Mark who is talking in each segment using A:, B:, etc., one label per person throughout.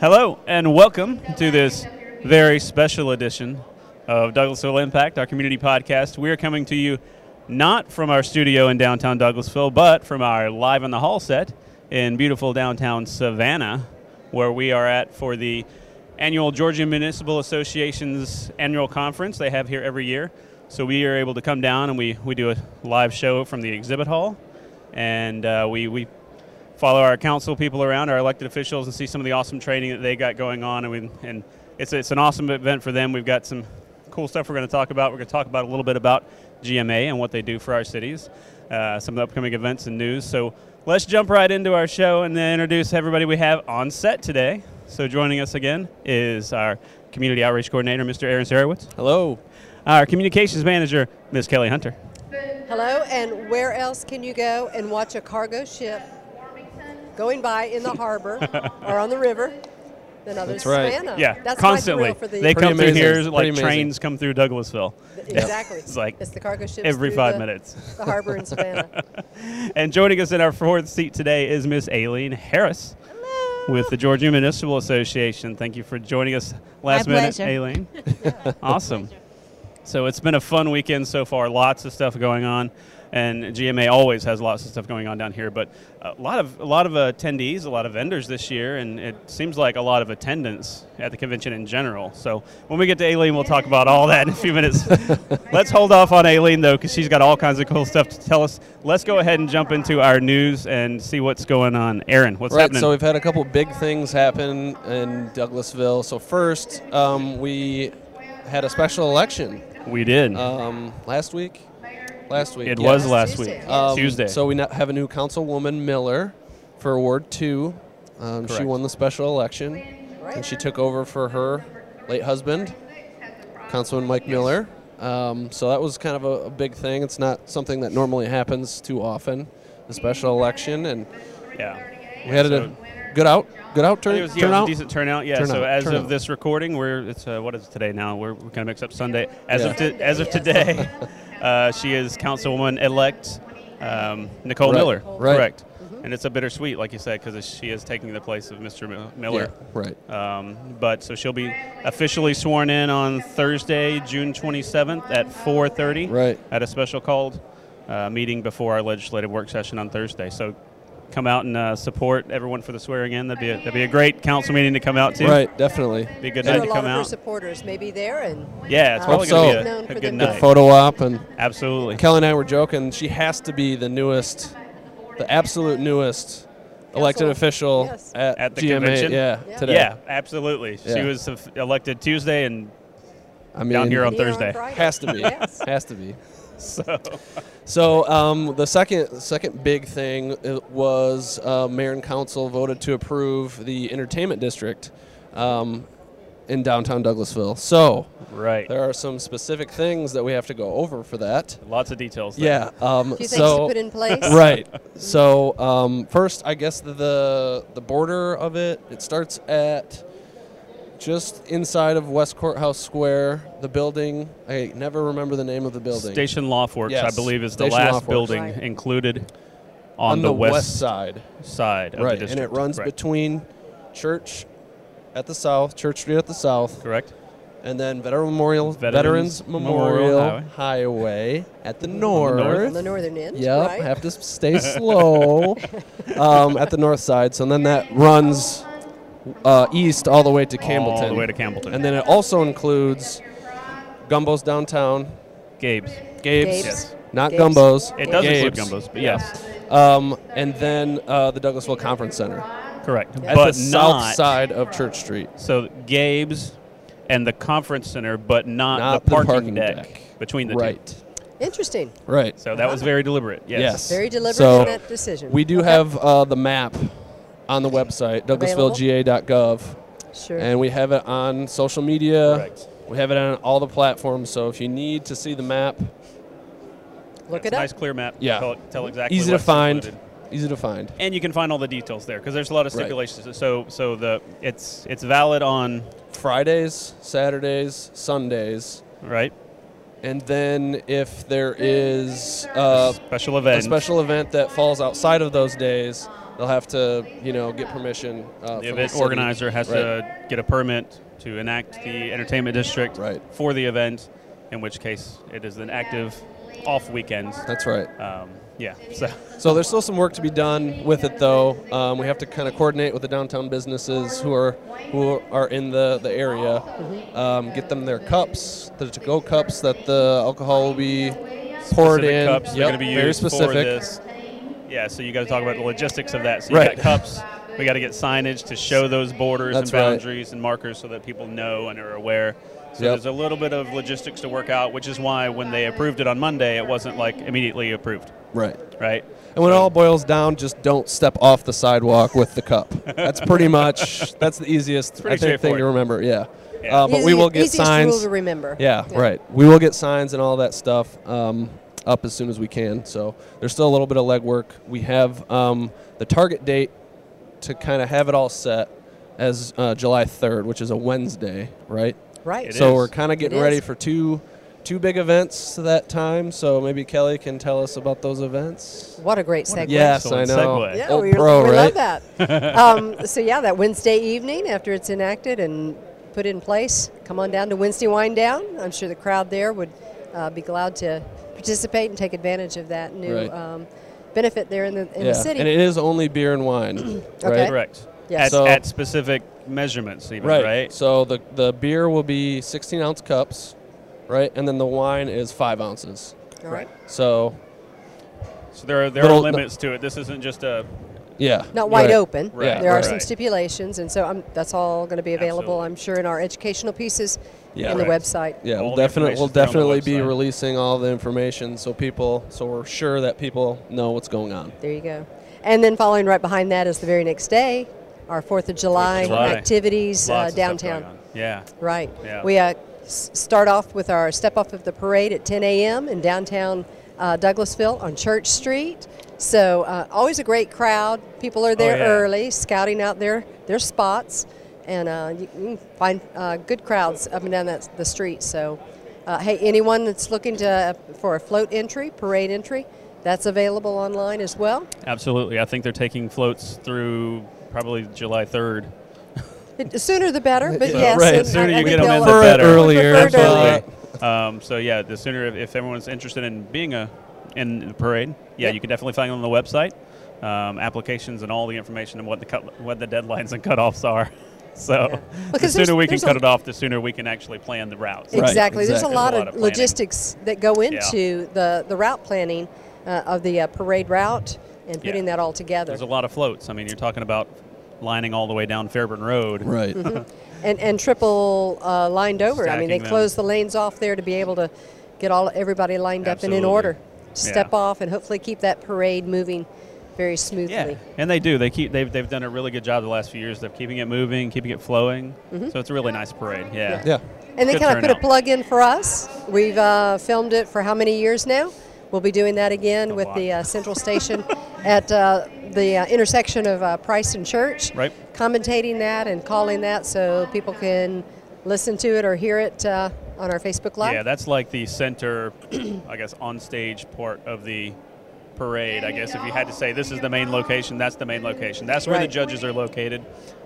A: Hello and welcome to this very special edition of Douglasville Impact, our community podcast. We are coming to you not from our studio in downtown Douglasville, but from our Live in the Hall set in beautiful downtown Savannah, where we are at for the annual Georgia Municipal Association's annual conference they have here every year. So we are able to come down and we, we do a live show from the exhibit hall, and uh, we, we follow our council people around, our elected officials, and see some of the awesome training that they got going on. And, we, and it's, it's an awesome event for them. We've got some cool stuff we're going to talk about. We're going to talk about a little bit about GMA and what they do for our cities, uh, some of the upcoming events and news. So let's jump right into our show and then introduce everybody we have on set today. So joining us again is our community outreach coordinator, Mr. Aaron Sarowitz,
B: Hello.
A: our communications manager, Ms. Kelly Hunter.
C: Hello, and where else can you go and watch a cargo ship going by in the harbor or on the river than other
B: That's right.
C: Savannah?
A: Yeah,
C: Oh, That's my
A: constantly.
C: thrill for the
A: they come
B: Pretty
A: through
B: amazing.
A: here like
B: Pretty amazing.
A: trains come through Douglasville.
C: exactly.
A: It's like
C: the cargo ships
A: every
C: through
A: five
C: the-
A: minutes.
C: The harbor in Savannah.
A: And joining us in our fourth seat today is Miss Aileen Harris with the Georgia Municipal Association. Thank you for joining us last minute,
D: pleasure.
A: Aileen. awesome. So it's been a fun weekend so far. Lots of stuff going on, and GMA always has lots of stuff going on down here. But a lot of a lot of attendees, a lot of vendors this year, and it seems like a lot of attendance at the convention in general. So when we get to Aileen, we'll talk about all that in a few minutes. Let's hold off on Aileen though, because she's got all kinds of cool stuff to tell us. Let's go ahead and jump into our news and see what's going on. Aaron, what's
B: right,
A: happening?
B: so we've had a couple big things happen in Douglasville. So first, um, we had a special election
A: we did.
B: um, last week. Last week.
A: it
B: yeah.
A: was last
C: Tuesday.
A: week,
B: Um,
A: Tuesday.
B: So we now have a new councilwoman Miller for Ward Two. Um, she
A: Correct.
B: won the special election, and
C: Right.
B: she took over for her late husband, Councilman Mike Miller. Um, so that was kind of a, a big thing. It's not something that normally happens too often, a special election, and
A: yeah.
B: we had
A: So-
B: a good out, good out turn,
A: It was, yeah, it was a
B: turnout.
A: decent turnout. Yeah. so
B: Turnout,
A: as of
B: turnout.
A: this recording, we're it's uh, what is it today now? We're, we're gonna mix up Sunday. As
B: Yeah.
A: of to, as of today, uh, she is Councilwoman elect um, Nicole
B: Right,
A: Miller.
B: right.
A: Correct. And it's a bittersweet, like you said, because she is taking the place of Mr. Mil- Miller.
B: Yeah, right.
A: Um, but so she'll be officially sworn in on Thursday, June 27th at 4:30.
B: Right.
A: At a special called uh, meeting before our legislative work session on Thursday. So come out and uh, support everyone for the swearing in. That'd be a, that'd be a great council meeting to come out to.
B: Right, definitely.
A: Be a good
C: Sure
A: night
C: a
A: to
C: lot
A: come
C: of her
A: out.
C: supporters may be there, and
A: Yeah, it's
C: Uh,
A: probably
B: Hope
A: gonna
B: so.
A: be
C: Known
A: a,
C: for
A: a good
C: the
B: Good
A: night.
B: photo op, and
A: Absolutely.
B: Kelly and I were joking. She has to be the newest, the absolute newest elected
C: Council.
B: official
C: Yes.
B: at,
A: At the
B: GMA.
A: convention?
B: Yeah,
C: Yeah.
B: today.
A: Yeah, absolutely. She
B: Yeah.
A: was eff- elected Tuesday, and
B: I mean,
A: here on
C: and here
A: Thursday.
C: Friday.
B: has to be,
C: Yes.
B: has to be.
A: so
B: So um, the second second big thing uh, was uh, mayor and council voted to approve the entertainment district um, in downtown Douglasville. So
A: right.
B: there are some specific things that we have to go over for that.
A: Lots of details. There.
B: Yeah. Um,
C: A few things
B: so
C: to put in place.
B: right. So um, first, I guess the, the the border of it it starts at just inside of West Courthouse Square. The building I never remember the name of the building.
A: Station Loftworks, I
B: Yes,
A: believe, is the
B: Station
A: last
B: Loftworks.
A: building
C: Right.
A: included
B: on,
A: on,
B: the, west,
A: west
B: side.
A: side of
B: Right,
A: the
B: and
A: district.
B: it runs
A: Correct.
B: between Church at the south, Church Street at the south,
A: Correct.
B: and then Veteran Memorial
A: Veterans
B: Veterans,
A: Memorial
B: Memorial Highway. at the north.
C: On the northern end.
B: Yep,
C: right?
B: have to stay slow um, at the north side. So then that runs uh, east all the way to Campbellton.
A: All the way to Campbellton.
B: And then it also includes Gumbo's downtown,
A: Gabe's.
B: Gabe's,
C: Gabe's. Yes.
B: not
C: Gabe's.
B: Gumbo's.
A: It does include
B: Gabe's.
A: Gumbos, but yes.
B: Um, and then uh, the Douglasville Conference Center
A: Correct.
B: at
A: But
B: the
A: not
B: south side of Church Street.
A: so Gabe's and the conference center, but not,
B: Not
A: the
B: the
A: parking,
B: parking
A: deck,
B: deck.
A: between the two.
B: Right.
C: Interesting.
B: Right.
A: So that was very deliberate. Yes.
B: Yes.
C: Very deliberate
B: So-
C: in that decision.
B: We do have uh, the map on the website,
C: Available?
B: douglasvillega.gov.
C: Sure.
B: And we have it on social media.
A: Correct.
B: We have it on all the platforms. So if you need to see the map,
C: Look
A: It's
C: it
A: a
C: up.
A: nice clear map.
B: Yeah.
A: Tell, tell exactly.
B: easy to
A: what's
B: find.
A: included.
B: Easy to find.
A: And you can find all the details there because there's a lot of
B: Right.
A: stipulations. So so the it's it's valid on
B: Fridays, Saturdays, Sundays,
A: right
B: and then if there is uh,
A: special event.
B: a special event that falls outside of those days, They'll have to, you know, get permission. Uh,
A: The
B: from
A: event
B: city.
A: organizer has
B: Right.
A: to get a permit to enact the entertainment district
B: Right.
A: for the event, in which case it is an active off weekends.
B: That's right.
A: Um, yeah, so
B: So there's still some work to be done with it, though. Um, we have to kind of coordinate with the downtown businesses who are who are in the the area,
A: Mm-hmm.
B: um, get them their cups, the to-go cups that the alcohol will be poured
A: specific
B: in.
A: cups are
B: Yep,
A: going to be
B: very
A: used
B: specific.
A: for this. Yeah, so you got to talk about the logistics of that. So you
B: Right.
A: got cups. We got to get signage to show those borders
B: That's
A: and
B: right.
A: boundaries and markers so that people know and are aware. So
B: Yep.
A: there's a little bit of logistics to work out, which is why when they approved it on Monday, it wasn't like immediately approved,
B: Right.
A: right?
B: And when it all boils down, just don't step off the sidewalk with the cup. That's pretty much that's the easiest
A: pretty
B: I think, thing to
A: straightforward.
B: remember. Yeah.
A: Yeah.
B: Uh, but we will get
C: Easiest
B: signs.
C: rule to remember.
B: Yeah, right. We will get signs and all that stuff um, up as soon as we can. So there's still a little bit of legwork. We have um, the target date to kind of have it all set as uh, July 3rd, which is a Wednesday, right?
C: Right.
A: It
B: so
A: is.
B: we're kind of getting
C: It
B: ready
C: is.
B: for two two big events that time. So maybe Kelly can tell us about those events.
C: What a great segue.
B: Yes, I
A: Excellent
B: know.
A: segue.
C: Yeah,
B: Old
C: we,
B: pro,
C: we
B: Oh, right?
C: love that. um, so yeah, that Wednesday evening after it's enacted and put in place, come on down to Wednesday Wine Down. I'm sure the crowd there would uh, be glad to participate and take advantage of there in that new
B: Right.
C: um, benefit there in the, in
B: yeah,
C: the city.
B: and it is only beer and wine, right?
C: Okay.
A: Correct.
C: Yes.
A: At,
B: So-
A: at specific measurements, even,
B: Right.
A: right?
B: So the the beer will be 16 ounce cups, right? And then the wine is five ounces.
C: All right.
B: So
A: So there are, there
B: Little-
A: are limits to it. This isn't just a.
B: yeah,
C: Not wide
B: right.
C: open.
A: Right.
B: Yeah.
C: There are some
A: Right.
C: stipulations, and so um that's all going to be available,
A: Absolutely.
C: I'm sure, in our educational pieces
B: Yeah.
C: in
A: Correct.
C: the website.
B: Yeah,
A: All
B: we'll
A: the
B: definitely we'll
A: information's there on the
B: definitely be
A: website.
B: releasing all the information so people so we're sure that people know what's going on.
C: There you go. And then following right behind that is the very next day, our Fourth of July,
A: July.
C: activities uh,
A: Lots of stuff
C: downtown.
A: going on. Yeah.
C: Right.
A: Yeah.
C: We uh, s- start off with our step off of the parade at 10 a.m. in downtown uh, Douglasville on Church Street. So uh, always a great crowd. People are there
A: Oh, yeah.
C: early, scouting out their their spots, and uh, you can find uh, good crowds up and down that the street. So, uh, hey, anyone that's looking to uh, for a float entry, parade entry, that's available online as well.
A: Absolutely. I think they're taking floats through probably July 3rd.
C: It, the sooner the better, but
B: Yeah,
C: yes,
B: right.
C: and
A: Sooner
C: I- I
A: you
C: think
A: get 'em in,
C: they'll-
A: the
B: Prefer it
A: better.
B: earlier,
C: Prefer it
B: but-
C: earlier.
A: Um, so yeah, the sooner if, if everyone's interested in being a in the parade, yeah, you can definitely find it on the website. Um, applications and all the information and what the cut, what the deadlines and cutoffs are. So
C: Yeah.
A: the
C: Because
A: sooner
C: there's-
A: we can
C: there's a-
A: cut it off, the sooner we can actually plan the routes.
B: Right,
C: Exactly. There's a
B: exactly.
C: lot,
A: There's a lot
C: of,
A: of planning.
C: logistics that go into the, the route planning uh, of the uh, parade route and putting
A: Yeah.
C: that all together.
A: There's a lot of floats. I mean, you're talking about lining all the way down Fairburn Road.
B: Right.
C: Mm-hmm. and, and triple uh, lined over. I mean, they
A: Stacking them.
C: close the lanes off there to be able to get all everybody lined up and in
A: Absolutely.
C: order. Step
A: Yeah.
C: off and hopefully keep that parade moving very smoothly.
A: Yeah, and they do. They keep they've, they've done a really good job the last few years of keeping it moving, keeping it flowing.
C: Mm-hmm.
A: So it's a really nice parade. Yeah.
B: Yeah.
C: And they
A: Good
C: kind of put a
A: turnout.
C: plug in for us. We've uh, filmed it for how many years now? We'll be doing that again with
A: lot.
C: the uh, Central Station at uh, the uh, intersection of uh, Price and Church.
A: Right.
C: Commentating that and calling that so people can listen to it or hear it uh, on our Facebook Live.
A: Yeah, that's like the center, I guess, on stage part of the parade. I guess if you had to say this is the main location, that's the main location. That's where
C: Right.
A: the judges are located.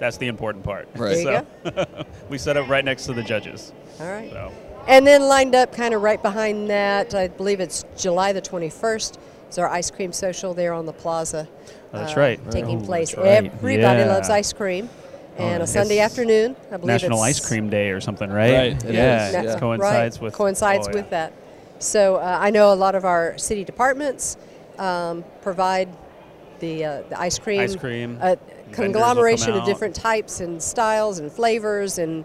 A: That's the important part.
B: Right.
C: There
A: So we set up right next to the judges.
C: All right.
A: So
C: And then lined up kind of right behind that, I believe it's July the 21st, is our ice cream social there on the plaza. uh,
A: Oh, that's right.
C: Taking
A: Oh, that's
C: place.
A: right.
C: Everybody
A: Yeah. Oh,
C: loves ice cream. And a
A: it's
C: Sunday afternoon, I believe
A: National
C: it's
A: Ice Cream Day or something, right?
B: Right, it
A: yeah.
B: is,
A: it
B: yeah.
C: That's
A: coincides
C: right,
A: with
C: coincides
A: oh,
C: with
A: yeah.
C: that. So uh, I know a lot of our city departments um, provide the uh, the ice cream,
A: Ice cream.
C: a
A: Vendors will come
C: conglomeration of
A: out.
C: different types and styles and flavors, and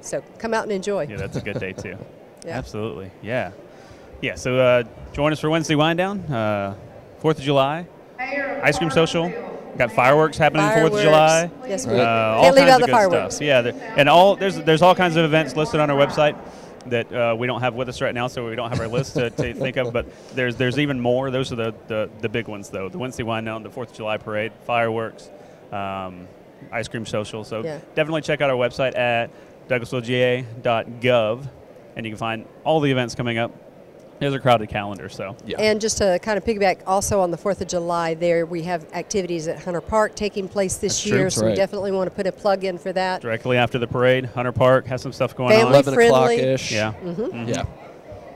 C: so come out and enjoy.
A: Yeah, that's a good day too.
C: Yeah.
A: Absolutely. Yeah. Yeah. So uh, join us for Wednesday wind down, uh, Fourth of July, ice cream social. Got fireworks happening Fourth of
C: Fireworks.
A: July.
C: Yes, we
A: Uh,
C: do.
A: all
C: Can't leave
A: kinds
C: out
A: of
C: the
A: good
C: fireworks.
A: stuff. Yeah, there- and all there's there's all kinds of events listed on our website that uh, we don't have with us right now, so we don't have our list to, to think of. But there's there's even more. Those are the the, the big ones though: the Wednesday wind down, the Fourth of July parade, fireworks, um, ice cream social. So
C: Yeah.
A: definitely check out our website at douglasvilleGA.gov, and you can find all the events coming up There's a crowded calendar, so
B: Yeah.
C: And just to kind of piggyback also on the 4th of July, there we have activities at Hunter Park taking place this
B: That's true.
C: year,
B: That's
C: so
B: right.
C: we definitely want to put a plug in for that.
A: directly after the parade, Hunter Park has some stuff going
C: Family Mm-hmm.
A: on.
B: 11 o'clock
C: friendly.
B: ish.
A: Yeah. Mm-hmm.
B: Yeah.
A: And,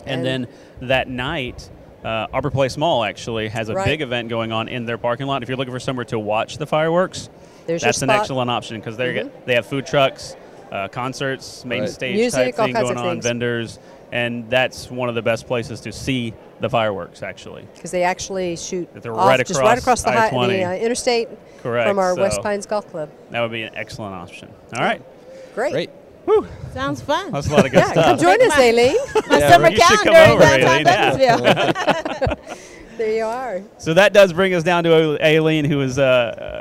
C: And-
A: then that night, uh, Arbor Place Mall actually has a
C: Right.
A: big event going on in their parking lot. If you're looking for somewhere to watch the fireworks,
C: There's your
A: that's an
C: spot. Mm-hmm.
A: excellent option because they get they have food trucks, uh, concerts, main
B: Right.
A: stage
C: Music, all
A: type thing
C: kinds
A: going
C: of
A: on,
C: things.
A: vendors, and that's one of the best places to see the fireworks actually.
C: Because they actually shoot
A: They're
C: off
A: right
C: just right
A: across
C: across the, hi-
A: I-20.
C: the uh, interstate
A: Correct,
C: from our
A: so-
C: West Pines Golf Club.
A: That would be an excellent option. All right,
C: Great.
B: Great.
D: Sounds fun.
A: that's a lot of good
C: Yeah, come
A: stuff.
C: join us,
D: Bye.
C: Aileen.
D: My
B: Yeah,
D: summer
A: you should come
D: calendar in
A: over, Aileen,
D: downtown
A: yeah.
D: Douglasville.
C: there you are.
A: So that does bring us down to Aileen, who is uh,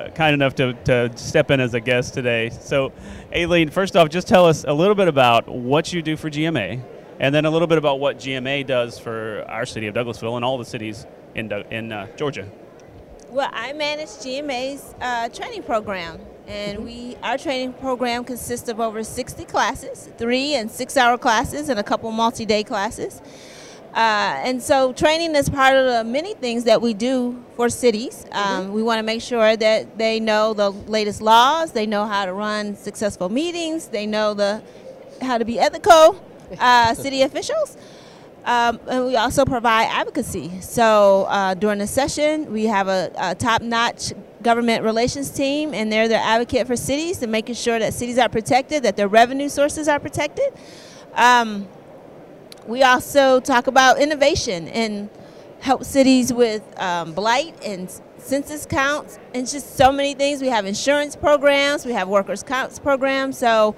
A: uh, kind enough to, to step in as a guest today. So, Aileen, first off, just tell us a little bit about what you do for GMA, and then a little bit about what GMA does for our city of Douglasville and all the cities in Doug- in uh, Georgia.
D: Well, I manage GMA's uh, training program, and we our training program consists of over 60 classes, three and six-hour classes, and a couple multi-day classes. Uh, and so, training is part of the many things that we do for cities. Um, We want to make sure that they know the latest laws, they know how to run successful meetings, they know the how to be ethical uh, city officials. Um, and we also provide advocacy. So uh, during the session, we have a, a top notch government relations team, and they're the advocate for cities and making sure that cities are protected, that their revenue sources are protected. Um, we also talk about innovation and help cities with um, blight and census counts and just so many things. We have insurance programs, we have workers' comps programs. So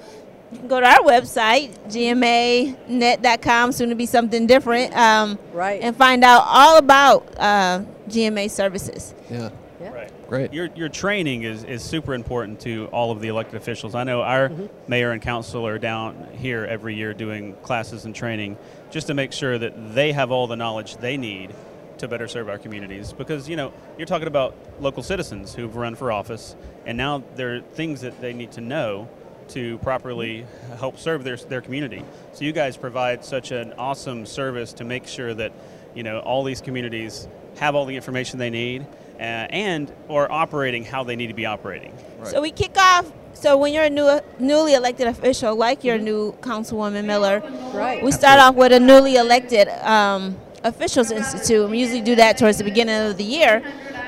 D: you can go to our website, gmanet.com, soon to be something different, um,
C: Right.
D: and find out all about uh, GMA services.
B: Yeah.
C: Yeah.
A: Right.
B: Great.
A: Your, your training is, is super important to all of the elected officials. I know our mayor and council are down here every year doing classes and training just to make sure that they have all the knowledge they need to better serve our communities. Because, you know, you're talking about local citizens who've run for office, and now there are things that they need to know to properly help serve their, their community. So you guys provide such an awesome service to make sure that, you know, all these communities have all the information they need uh, and are operating how they need to be operating.
B: Right.
D: So we kick off. So when you're a new, newly elected official, like your new Councilwoman Miller,
C: Right.
D: we start off with a newly elected um, officials institute. We usually do that towards the beginning of the year.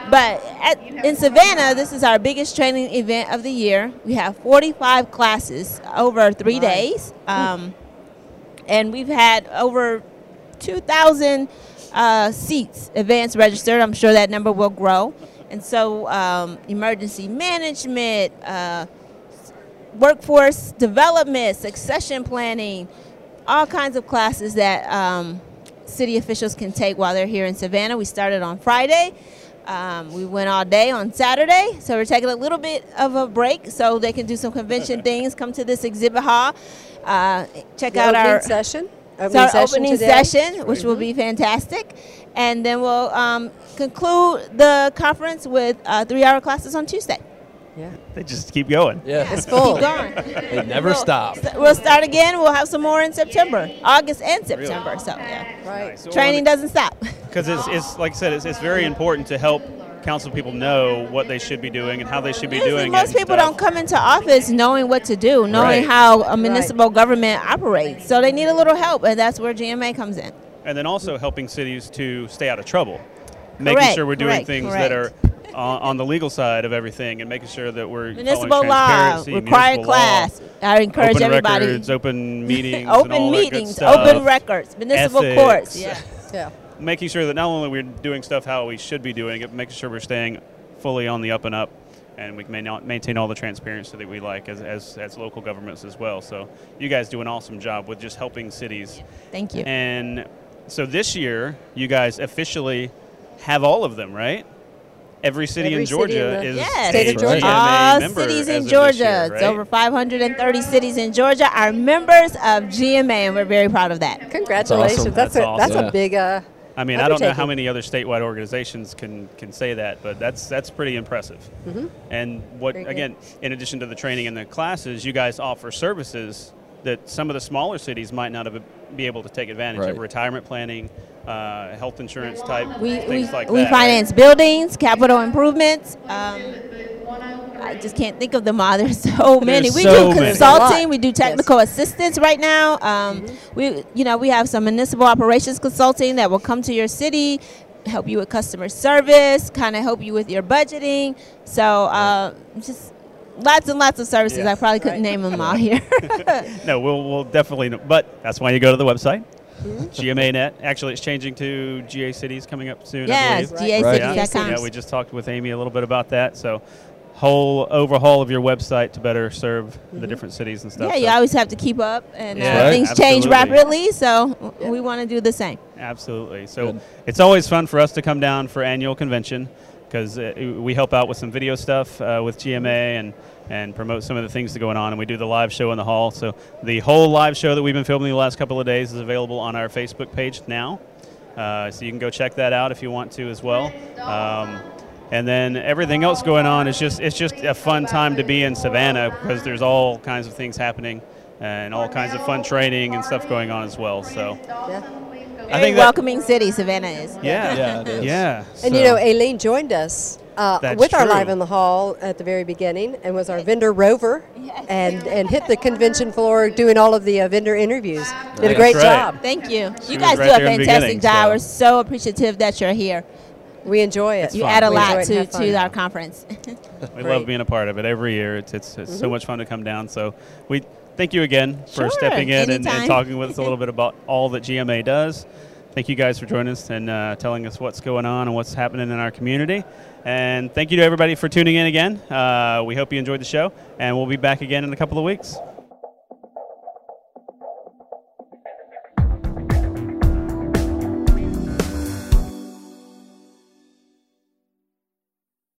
D: But at, in Savannah, this is our biggest training event of the year. We have 45 classes over three days, um, and we've had over 2,000 uh, seats advanced registered. I'm sure that number will grow. And so, um, emergency management, uh, workforce development, succession planning, all kinds of classes that um, city officials can take while they're here in Savannah. We started on Friday. Um, we went all day on Saturday, so we're taking a little bit of a break so they can do some convention things. Come to this exhibit hall, uh, check
C: The
D: out
C: opening
D: our
C: session.
D: it's our
C: session
D: opening
C: today.
D: session, which
A: Mm-hmm.
D: will be fantastic. And then we'll um, conclude the conference with uh, three hour classes on Tuesday.
C: Yeah.
A: They just keep going.
B: Yeah.
C: It's full.
A: Oh.
D: Keep going.
B: They never
D: We'll-
B: stop.
D: We'll start again. We'll have some more in September, August and September. So, yeah.
C: Right.
D: Training doesn't stop.
A: Because it's, it's, like I said, it's, it's very important to help council people know what they should be doing and how they should be doing it.
D: Most
A: and
D: people
A: stuff.
D: don't come into office knowing what to do, knowing
A: Right.
D: how a municipal government operates. So, they need a little help, and that's where GMA comes in.
A: and then also helping cities to stay out of trouble, making
D: Correct,
A: sure we're doing
D: correct,
A: things that are
D: correct.
A: on, on the legal side of everything, and making sure that we're following
D: Municipal law,
A: transparency,
D: required
A: municipal law,
D: class. I encourage
A: open
D: everybody.
A: records, open meetings, and all
D: open
A: that good
D: meetings,
A: stuff.
D: open records, municipal
A: ethics.
D: courts. Yeah.
C: Yeah.
A: Making sure that not only we're doing stuff how we should be doing it, but making sure we're staying fully on the up and up, and we can main- maintain all the transparency that we like as, as, as local governments as well. So you guys do an awesome job with just helping cities.
D: Thank you.
A: And so this year, you guys officially have all of them, right? Every city
C: Every
A: in
C: city in
A: Georgia
C: the
A: is
D: Yes.
A: a
C: State of Georgia.
A: GMA
D: All
A: member
D: cities
A: as
D: in
A: of this
D: Georgia.
A: year,
D: It's
A: right?
D: over 530 cities in Georgia are members of GMA, and we're very proud of that.
C: Congratulations.
B: awesome.
C: That's,
A: That's
C: a that's
B: awesome.
C: a big uh
A: I mean, I don't know how
C: undertaking.
A: many other statewide organizations can can say that, but that's that's pretty impressive.
D: Mm-hmm.
A: And what
C: Very good.
A: again, in addition to the training and the classes, you guys offer services that some of the smaller cities might not have, be able to take advantage
B: Right.
A: of retirement planning, uh, health insurance type
D: We,
A: things
D: we,
A: like
D: we
A: that. right?
D: finance buildings, capital improvements. Um, I just can't think of them all. There's so many. We
A: so
D: do
A: many.
C: A lot.
D: consulting. We do
C: Yes.
D: technical assistance right now. Um, We, you know, we have some municipal operations consulting that will come to your city, help you with customer service, kind of help you with your budgeting. So uh, just lots and lots of services.
A: Yeah.
D: I probably couldn't name them all here.
A: No, we'll, we'll definitely. know- But that's why you go to the website.
D: Hmm?
A: GMANet. Actually, it's changing to GA Cities coming up soon. I
D: yes,
A: believe.
B: Right.
D: gacities.com.
A: Yeah, we just talked with Amy a little bit about that. So, whole overhaul of your website to better serve the different cities and stuff.
D: Mm-hmm. Yeah, you
A: So,
D: always have to keep up, and
A: Yeah,
D: uh,
B: Right.
D: things change
A: absolutely.
D: rapidly. So we want to do the same.
A: absolutely. So
B: Good.
A: it's always fun for us to come down for annual convention because uh, we help out with some video stuff uh, with GMA and and promote some of the things that are going on. And we do the live show in the hall. So the whole live show that we've been filming the last couple of days is available on our Facebook page now. Uh, so you can go check that out if you want to as well. Um, and then everything else going on is just it's just a fun time to be in Savannah because there's all kinds of things happening uh, and all kinds of fun training and stuff going on as well. So I
D: Very
A: think that,
D: welcoming city Savannah is.
A: yeah,
B: Yeah, it is.
A: yeah.
C: And you know, Aileen joined us uh,
A: That's
C: with our
A: true.
C: live in the hall at the very beginning, and was our vendor rover, and and hit the convention floor doing all of the uh, vendor interviews. Did a
A: That's
C: great
A: right.
C: job.
D: Thank you.
A: She
D: you
A: was
D: guys
A: right
D: do a
A: there in the beginning,
D: fantastic job.
A: so-
D: We're so appreciative that you're here.
C: We enjoy it.
D: You add a
C: We enjoy
D: lot
C: it and
D: to,
C: have fun.
D: to our conference.
A: we
C: great.
A: love being a part of it every year. It's it's, it's so much fun to come down. So we thank you again for
D: Sure,
A: stepping in and, and
D: anytime.
A: talking with us a little bit about all that GMA does. Thank you guys for joining us and uh, telling us what's going on and what's happening in our community. And thank you to everybody for tuning in again. Uh, we hope you enjoyed the show, and we'll be back again in a couple of weeks.